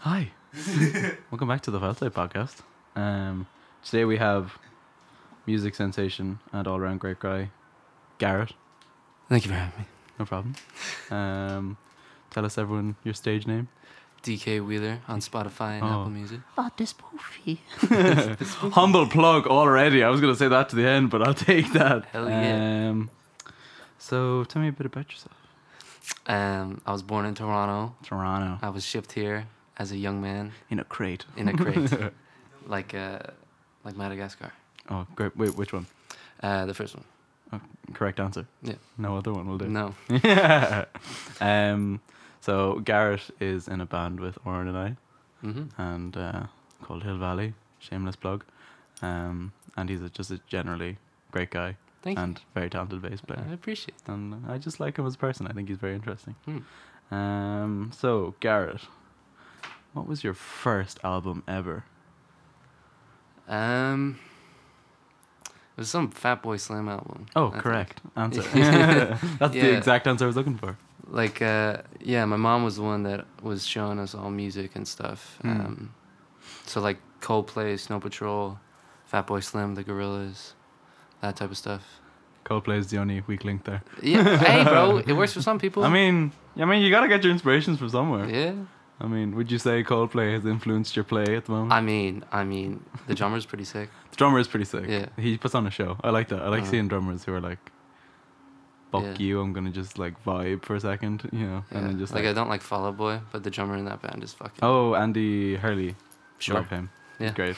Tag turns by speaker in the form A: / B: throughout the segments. A: Hi. Welcome back to the Felt Tape Podcast. Um, today we have music sensation and all around great guy, Garrett.
B: Thank you for having me.
A: No problem. Um, tell us, everyone, your stage name.
B: DK Wheeler on Spotify and
A: Oh.
B: Apple Music.
C: Not this movie.
A: Humble plug already. I was going to say that to the end, but I'll take that.
B: Hell yeah.
A: Um, so tell me a bit about yourself.
B: Um, I was born in Toronto.
A: Toronto.
B: I was shipped here as a young man
A: Uh, In a crate.
B: in a crate, like uh, like Madagascar.
A: Oh, great. Wait, which one?
B: Uh, the first one.
A: Correct answer.
B: Yeah.
A: No other one will do.
B: No.
A: um, so Garrett is in a band with Oren and I,
B: hmm
A: and uh, called Hill Valley. Shameless plug. Um, and he's a, just a generally great guy
B: Thank
A: and very talented bass
B: you. I
A: player.
B: appreciate.
A: And I just like him as a person. I think he's very interesting.
B: Hmm.
A: Um, so Garrett, what was your first album ever?
B: it. Um, it was some Fat Boy Slam album.
A: Oh,
B: I think.
A: correct answer.
B: Yeah.
A: That's the
B: Yeah.
A: exact answer I was looking for.
B: Like, uh, yeah, my mom was the one that was showing us all music and stuff.
A: Hmm.
B: Um, so like Coldplay, Snow Patrol, Fat Boy Slim, The Gorillas, that type of stuff.
A: Coldplay is the only weak link there.
B: Yeah, hey, bro, it works for some people.
A: I mean, I mean, you gotta get your inspirations from somewhere.
B: yeah.
A: I mean, would you say Coldplay has influenced your play at the moment?
B: I mean, I mean, the drummer's pretty sick.
A: the drummer is pretty sick.
B: Yeah.
A: He puts on a show. I like that. I like
B: Uh-huh.
A: seeing drummers who are like, fuck
B: Yeah.
A: you, I'm gonna just like vibe for a second, you know,
B: Yeah.
A: and then just
B: like,
A: like,
B: I don't like Fall Out Boy, but the drummer in that band is fucking.
A: oh, Andy Hurley.
B: Sure.
A: Love him. He's
B: Yeah.
A: great.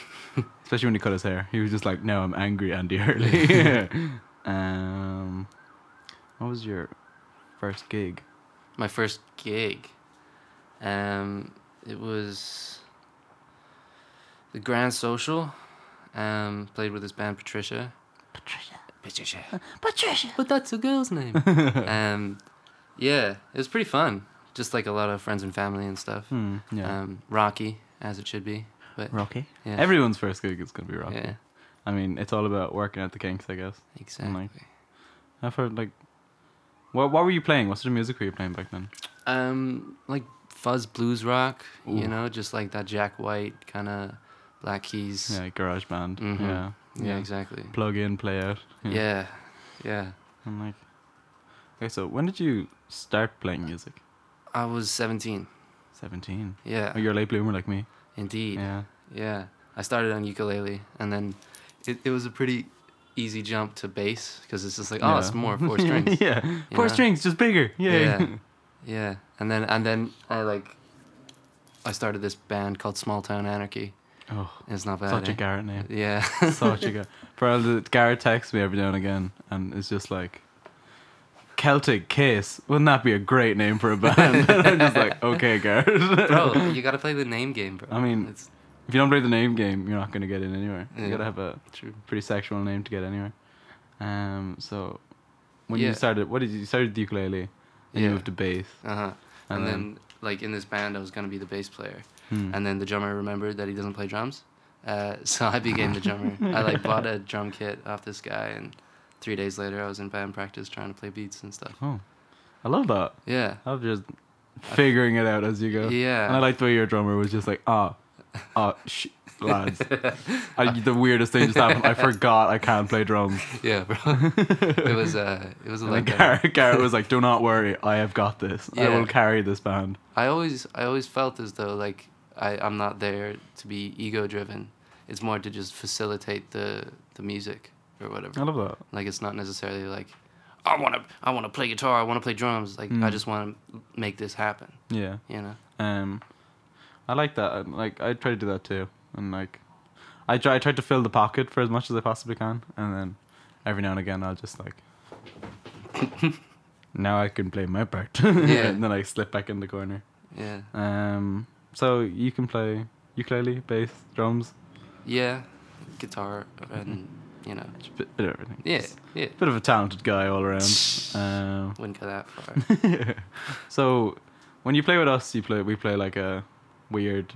A: Especially when he cut his hair. He was just like, no, I'm angry, Andy Hurley. um, what was your first gig?
B: My first gig, um, it was the Grand Social. Um, played with this band Patricia.
C: Patricia.
B: Patricia.
C: Patricia.
B: But that's a girl's name. um, yeah, it was pretty fun. Just like a lot of friends and family and stuff.
A: Hmm. Yeah.
B: Um, rocky, as it should be. But
A: Rocky.
B: yeah,
A: Everyone's first gig is gonna be rocky.
B: yeah,
A: I mean, it's all about working at the kinks, I guess.
B: exactly.
A: I've heard like, what what were you playing? What sort of music were you playing back then?
B: Um, like fuzz blues rock,
A: Ooh.
B: you know, just like that Jack White kind of Black Keys.
A: Yeah, garage band.
B: Mhm.
A: Yeah,
B: Yeah, exactly.
A: Plug in, play out.
B: Yeah. yeah,
A: I'm like, okay. So when did you start playing music?
B: I was 17.
A: Seventeen.
B: Yeah,
A: Oh, you're a late bloomer like me.
B: indeed. Yeah.
A: Yeah.
B: I started on ukulele, and then it, it was a pretty easy jump to bass because it's just like, oh,
A: Yeah.
B: it's more four strings.
A: yeah, four
B: Yeah.
A: strings, just bigger. Yay.
B: Yeah. yeah, and then and then I like, I started this band called Small Town Anarchy.
A: Oh,
B: It's not bad.
A: such a
B: eh?
A: Garrett name.
B: Yeah.
A: Such a Garrett. Probably Garrett texts me every now and again, and it's just like. Celtic Kiss. Wouldn't that be a great name for a band? And I'm just like, okay, Garrett.
B: bro, you gotta play the name game, bro.
A: I mean,
B: it's
A: If you don't play the name game, you're not going to get in anywhere. You
B: Yeah.
A: gotta have a
B: true.
A: pretty sexual name to get anywhere. Um, so when
B: Yeah.
A: you started, what did you, you started the ukulele, and you
B: Yeah.
A: moved to bass,
B: Uh huh.
A: and,
B: And, then, like in this band, I was gonna be the bass player,
A: hmm.
B: and then the drummer remembered that he doesn't play drums, uh, so I became the drummer. I like bought a drum kit off this guy, and three days later, I was in band practice trying to play beats and stuff.
A: oh, I love that.
B: Yeah.
A: I love just figuring it out as you go.
B: Yeah.
A: And I like the way your drummer was just like, ah, ah, sh- lads. I, the weirdest thing just happened. I forgot I can't play drums.
B: yeah, bro. it was uh, it was a
A: And then
B: like.
A: Garrett, Garrett was like, do not worry, I have got this. I
B: Yeah.
A: will carry this band.
B: I always I always felt as though like I I'm not there to be ego driven. It's more to just facilitate the the music or whatever.
A: I love that.
B: Like it's not necessarily like I want to I want to play guitar, I want to play drums. Like I
A: Mm.
B: just want to make this happen,
A: Yeah.
B: you know.
A: Um, I like that. and, Like I try to do that too, and like I try I try to fill the pocket for as much as I possibly can, and then every now and again I'll just like. now I can play my part,
B: Yeah.
A: and then I slip back in the corner.
B: Yeah.
A: Um, so you can play ukulele, bass, drums,
B: Yeah. Guitar and you know.
A: it's a bit, bit of everything.
B: Yeah.
A: Just
B: Yeah.
A: a bit of a talented guy all around. Um,
B: Wouldn't go that far.
A: so when you play with us you play we play like a weird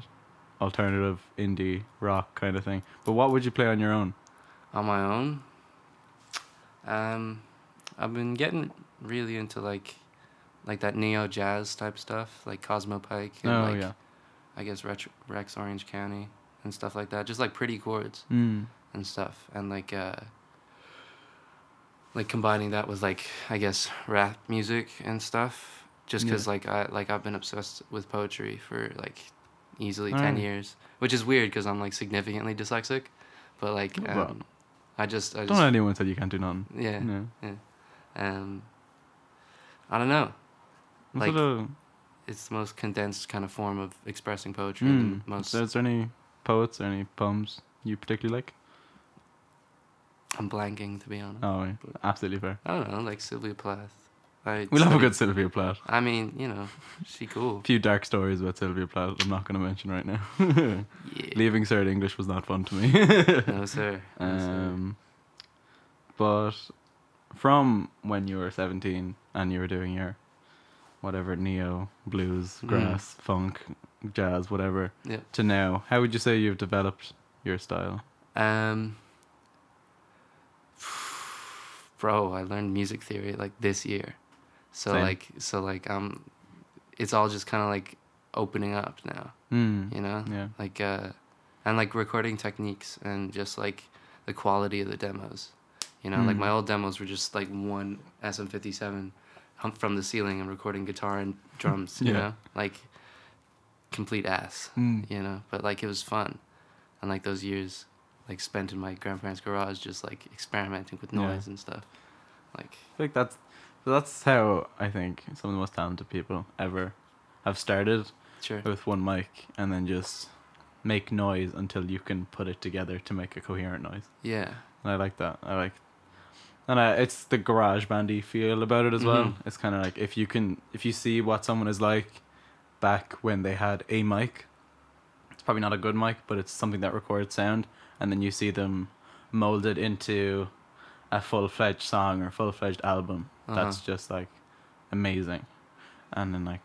A: alternative indie rock kind of thing but what would you play on your own
B: on my own. Um, I've been getting really into like, like that neo jazz type stuff, like Cosmo Pike and
A: oh
B: like
A: yeah
B: I guess Rex, Rex Orange County and stuff like that. Just like pretty chords
A: Mm.
B: and stuff, and like uh, like combining that with like I guess rap music and stuff. Just because
A: Yeah.
B: like I like I've been obsessed with poetry for like easily ten
A: Alright.
B: years, which is weird because I'm like significantly dyslexic, but like um,
A: Well,
B: I just I
A: Don't
B: just
A: let anyone tell you can't do nothing.
B: yeah
A: No.
B: um I don't know.
A: What's
B: Like,
A: sort of-
B: It's the most condensed kind of form of expressing poetry.
A: mm.
B: The most
A: So is there any poets or any poems you particularly like?
B: I'm blanking to be honest.
A: Oh, right. absolutely fair.
B: I don't know, like Sylvia Plath. I
A: We love a
B: studied-
A: good Sylvia Plath.
B: I mean, you know, she
A: A
B: cool.
A: few dark stories about Sylvia Plath I'm not going to mention right now.
B: Yeah.
A: Leaving Sir English was not fun to me.
B: No sir. No, sir.
A: Um, but from when you were 17 and you were doing your whatever neo blues,
B: Mm.
A: grass, funk, jazz, whatever,
B: Yeah.
A: to now, how would you say you've developed your style?
B: Um, bro, I learned music theory like this year, so
A: Same.
B: like so like um, it's all just kind of like opening up now,
A: Mm.
B: you know,
A: Yeah.
B: like uh, and like recording techniques and just like the quality of the demos, you know, like
A: Mm.
B: my old demos were just like one SM fifty seven from the ceiling and recording guitar and drums, you
A: Yeah.
B: know, like complete ass
A: Mm.
B: you know but like it was fun and like those years like spent in my grandparents garage just like experimenting with
A: Yeah.
B: noise and stuff like
A: I think that's that's how I think some of the most talented people ever have started
B: sure
A: with one mic and then just make noise until you can put it together to make a coherent noise.
B: yeah
A: And I like that. I like, and I, it's the garage bandy feel about it as well.
B: Mhm.
A: It's kind of like if you can, if you see what someone is like back when they had a mic, it's probably not a good mic, but it's something that records sound, and then you see them molded into a full fledged song or full fledged album. That's
B: Uh-huh.
A: just like amazing, and then like.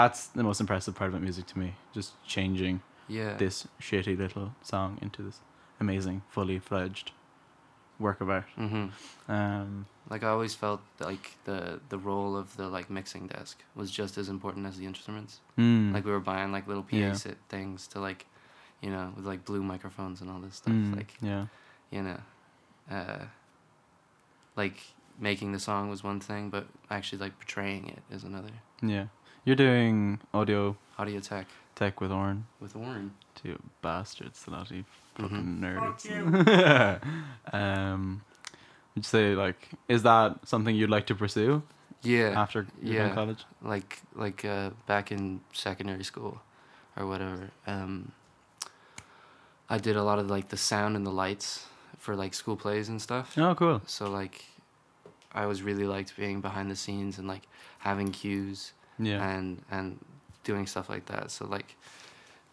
A: That's the most impressive part about music to me. Just changing
B: yeah
A: this shitty little song into this amazing, fully fledged work of art.
B: hmm
A: Um,
B: like i always felt like the the role of the like mixing desk was just as important as the instruments
A: mm,
B: like we were buying like little PA
A: Yeah.
B: sit things to like you know with like blue microphones and all this stuff
A: mm,
B: like
A: yeah,
B: you know uh like making the song was one thing but actually like portraying it is another
A: yeah. You're doing audio
B: audio tech
A: tech with Orn,
B: with Warren
A: two bastards, Salati,
B: Mhm.
A: fucking nerds. um, would you say like is that something you'd like to pursue
B: Yeah,
A: after you're done
B: yeah.
A: college?
B: like like uh, back in secondary school, or whatever. Um, I did a lot of like the sound and the lights for like school plays and stuff.
A: Oh, cool.
B: So like, I was really liked being behind the scenes and like having cues
A: Yeah,
B: and and doing stuff like that. So like,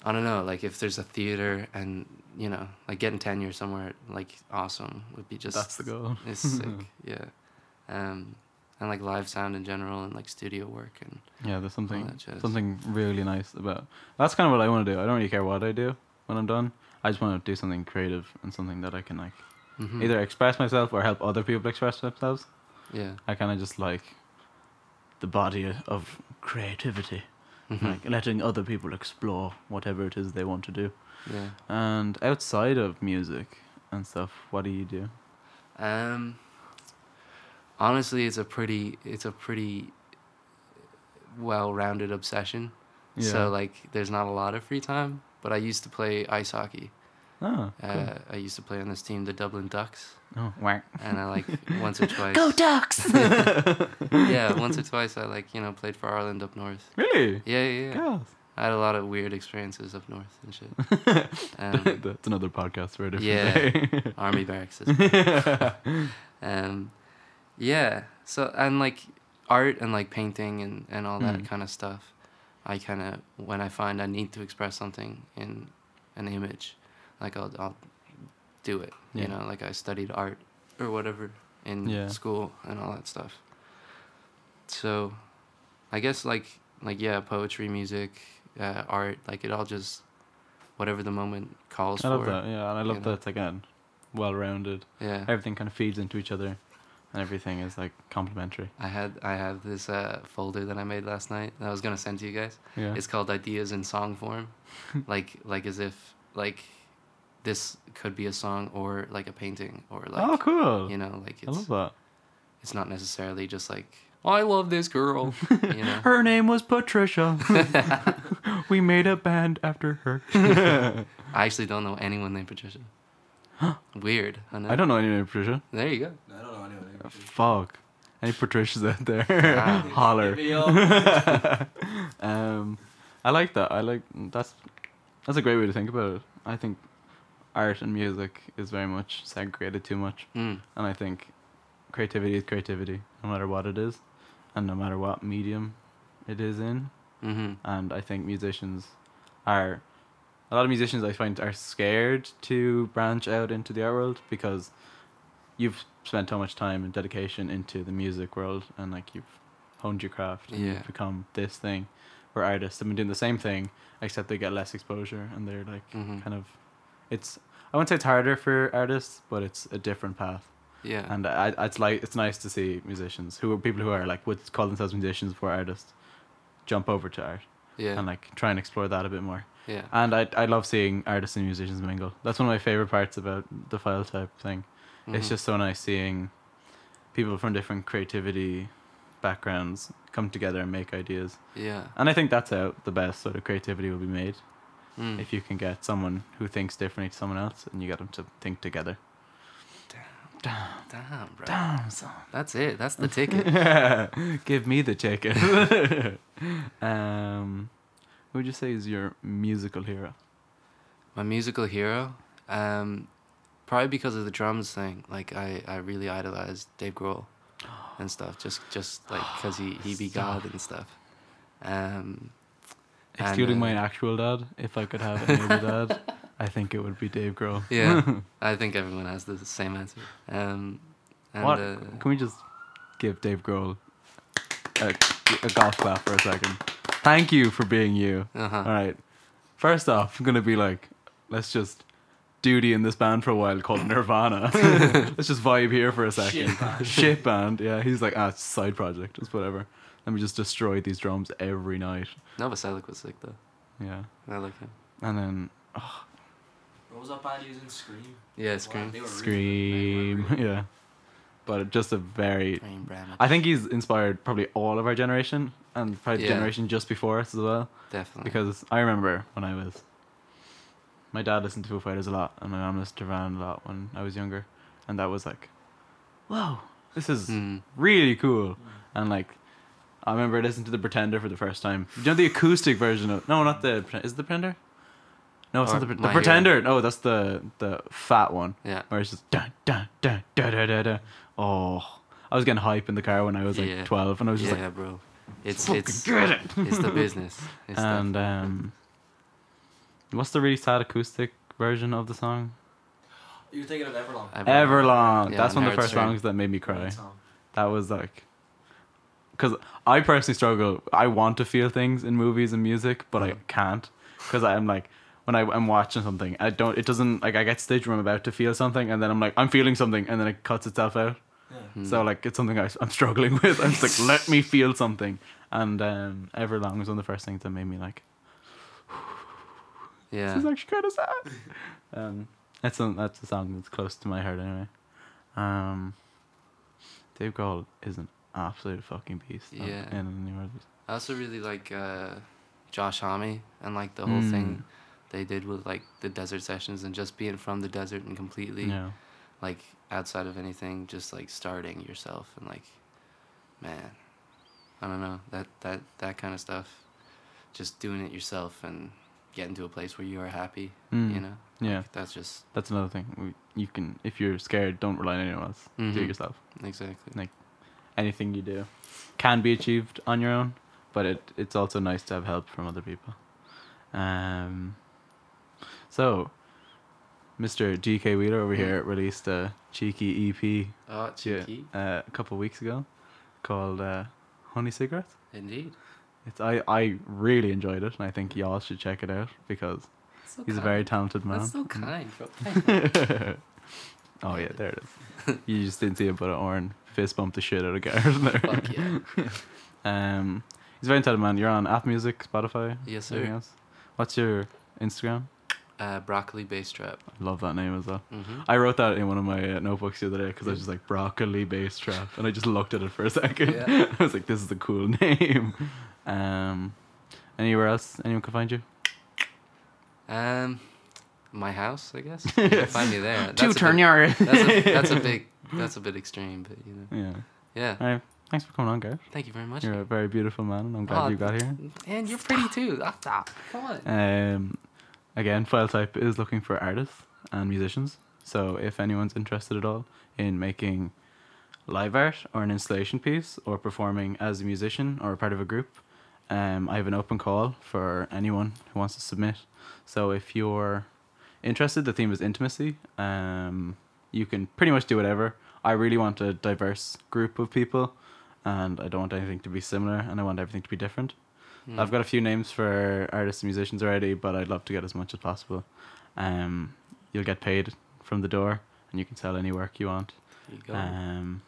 B: I don't know. Like if there's a theater and you know like getting tenure somewhere like awesome would be just
A: that's the goal.
B: It's sick, yeah. Um, and like live sound in general, and like studio work, and
A: Yeah, there's something
B: that jazz.
A: something really nice about. That's kind of what I want to do. I don't really care what I do when I'm done. I just want to do something creative and something that I can like
B: Mhm.
A: either express myself or help other people express themselves.
B: yeah,
A: I kind of just like the body of creativity,
B: Mhm.
A: like letting other people explore whatever it is they want to do.
B: yeah.
A: And outside of music and stuff, what do you do?
B: Um, honestly, it's a pretty, it's a pretty well-rounded obsession. So like, there's not a lot of free time, but I used to play ice hockey.
A: oh, cool.
B: Uh, I used to play on this team, the Dublin Ducks,
A: oh, whack.
B: and I like once or twice.
C: Go ducks.
B: yeah, once or twice I like you know played for Ireland up north.
A: Really?
B: Yeah, yeah, yeah.
A: Girls.
B: I had a lot of weird experiences up north and shit. Um,
A: That's another podcast for a different
B: Yeah.
A: day.
B: army barracks. Is um, yeah. So and like art and like painting and and all that
A: Mm.
B: kind of stuff. I kind of when I find I need to express something in an image, like I'll I'll do it.
A: Yeah.
B: You know, like I studied art or whatever in
A: Yeah.
B: school and all that stuff. So, I guess like like yeah, poetry, music, uh, art, like it all just whatever the moment calls
A: I
B: for.
A: love that. Yeah, and I love
B: you
A: that
B: know.
A: it's again well rounded.
B: Yeah.
A: Everything kind of feeds into each other. and everything is like complimentary.
B: I had I have this uh, folder that I made last night that I was gonna send to you guys.
A: Yeah.
B: It's called ideas in song form, like like as if like this could be a song or like a painting or
A: oh,
B: like
A: cool.
B: you know like
A: I love
B: it's
A: that.
B: it's not necessarily just like I love this girl. You know.
A: Her name was Patricia. we made a band after her.
B: I actually don't know anyone named Patricia. Weird. I know.
A: I don't know any name Patricia.
B: There you go.
D: I don't know anyone. named Patricia.
A: Fuck. Any Patricias out there?
B: Ah.
A: Holler.
D: Hit me up.
B: uh,
A: um, I like that. I like that's that's a great way to think about it. I think art and music is very much segregated too much,
B: Mm.
A: and I think creativity is creativity, no matter what it is, and no matter what medium it is in.
B: Mm-hmm.
A: And I think musicians are a lot of musicians I find are scared to branch out into the art world because you've spent so much time and dedication into the music world and like you've honed your craft and
B: Yeah.
A: you've become this thing. Where artists have been doing the same thing except they get less exposure and they're like
B: Mhm.
A: kind of it's I wouldn't say it's harder for artists, but it's a different path.
B: Yeah.
A: And I, I- it's like it's nice to see musicians who are people who are like would call themselves musicians before artists jump over to art
B: yeah.
A: and like try and explore that a bit more.
B: yeah.
A: And I I love seeing artists and musicians mingle. That's one of my favorite parts about the file type thing. It's
B: Mhm.
A: just so nice seeing people from different creativity backgrounds come together and make ideas.
B: yeah.
A: And I think that's how the best sort of creativity will be made
B: Mm.
A: if you can get someone who thinks differently to someone else and you get them to think together.
B: Damn, bro.
A: Damn son.
B: That's it. That's the ticket.
A: Give me the ticket. um, who would you say is your musical hero?
B: My musical hero. Um, probably because of the drums thing. Like I, I really idolized Dave Grohl and stuff. Just, just like because he, he be God and stuff. Um, And,
A: Excluding
B: uh,
A: my actual dad, if I could have any other dad, I think it would be Dave Grohl.
B: yeah. I think everyone has the same answer. Um, and,
A: what?
B: Uh,
A: Can we just give Dave Grohl a, a golf clap for a second? Thank you for being you.
B: uh-huh.
A: All right. First off, I'm gonna be like, let's just duty in this band for a while called Nirvana. let's just vibe here for a second.
D: Shit, man.
A: Shit band. Yeah, he's like, ah, it's a side project. It's whatever. Let me just destroy these drums every night.
B: Nova Selic was sick though.
A: Yeah.
B: I like him.
A: And then
D: What was that band using? Scream.
B: Yeah,
D: Wow,
B: Scream.
D: they were really
A: Scream.
D: good. They were really
A: Yeah. But just a very
B: Scream Bramage.
A: I think he's inspired probably all of our generation and probably the
B: Yeah.
A: generation just before us as well.
B: definitely
A: Because I remember when I was. My dad listened to Foo Fighters a lot, and my mom listened to Van a lot when I was younger, and that was like, whoa, this is
B: Mm.
A: really cool. And like, I remember I listened to The Pretender for the first time. Do you know the acoustic version of? No, not the. Pre- Is it the Pretender? No, it's
B: Or
A: not the, Pre- the
B: My Hero.
A: Pretender. No, that's the the fat one
B: Yeah.
A: where it's just dun dun dun da da da da. Oh, I was getting hype in the car when I was like
B: Yeah.
A: twelve, and I was just
B: yeah, bro. It's
A: like,
B: it's
A: "Fucking get it!"
B: it's the business. It's
A: and um, what's the really sad acoustic version of the song?
D: good. You're thinking of Everlong.
B: the,
A: Everlong.
B: Yeah,
A: That's one of the
B: Nerd
A: first
B: Stream.
A: songs that made me cry.
D: That song.
A: That was like, because I personally struggle. I want to feel things in movies and music, but I
B: Mhm.
A: can't because I'm like. When I, I'm watching something, I don't. It doesn't like I get staged when I'm about to feel something, and then I'm like I'm feeling something, and then it cuts itself out.
D: Yeah.
B: Mm.
A: So like it's something I, am struggling with. I'm just like, let me feel something. And um, Everlong was one of the first things that made me like,
B: yeah.
A: this is actually kind of sad. um, that's a, that's a song that's close to my heart anyway. Um, Dave Grohl is an absolute fucking beast. though,
B: Yeah.
A: In any movies.
B: I also really like uh, Josh Homme and like the whole
A: Mm.
B: thing they did with like the desert sessions and just being from the desert and completely
A: Yeah.
B: like outside of anything, just like starting yourself and like, man, I don't know that that that kind of stuff, just doing it yourself and getting to a place where you are happy. You
A: Mm.
B: know,
A: Yeah.
B: that's just
A: That's another thing. We- You can if you're scared, don't rely on anyone else. Do it
B: Mhm.
A: yourself.
B: exactly.
A: Anything you do can be achieved on your own, but it, it's also nice to have help from other people. Um, so, Mr. DK Wheeler over
B: Mm.
A: here released a cheeky E EP
B: Oh,
A: yeah,
B: cheeky.
A: uh, a couple weeks ago called uh, Honey Cigarettes.
B: Indeed.
A: It's, I, I really enjoyed it, and I think y'all should check it out because he's a very talented man.
B: That's so kind, bro.
A: um, Oh yeah, there it is. you just didn't see it, but Oren fist bumped the shit out of Gareth there.
B: Fuck yeah.
A: Um, he's very entitled man. You're on App Music, Spotify.
B: Yes, sir.
A: anything Else? What's your Instagram?
B: Uh, broccoli bass trap.
A: I love that name as well.
B: Mm-hmm.
A: I wrote that in one of my uh, notebooks the other day because I was just like broccoli bass trap, and I just looked at it for a second.
B: Yeah.
A: I was like, "This is a cool name." Um, anywhere else anyone can find you?
B: Um, my house, I guess. You can find me there. That's a bit-
A: yard.
B: That's a, that's a big. That's a bit extreme, but you know.
A: Yeah.
B: Yeah.
A: All right. Thanks for coming on, Gareth.
B: Thank you very much.
A: You're a very beautiful man, and I'm glad
B: Oh,
A: you got here.
B: And you're pretty too. Ah, stop. Come on.
A: Um, again, file type is looking for artists and musicians. So if anyone's interested at all in making live art or an installation piece or performing as a musician or a part of a group, um, I have an open call for anyone who wants to submit. So if you're interested, the theme is intimacy. Um, you can pretty much do whatever. I really want a diverse group of people, and I don't want anything to be similar, and I want everything to be different.
B: Mm.
A: I've got a few names for artists and musicians already, but I'd love to get as much as possible. Um, you'll get paid from the door, and you can sell any work you want.
B: There you go.
A: Um,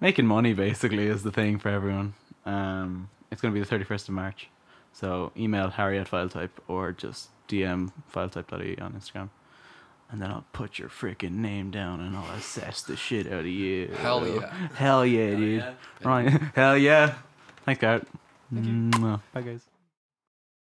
A: making money basically is the thing for everyone. Um, it's going to be the 31st of March. So email Harry at FileType or just DM FileType.ie E on Instagram. And then I'll put your freaking name down and I'll assess the shit out of you.
B: Hell yeah.
A: Hell yeah,
D: Hell
A: dude.
D: yeah.
A: Right. Hell yeah. Thanks, Garrett.
D: Thank you.
A: Mwah. Bye, guys.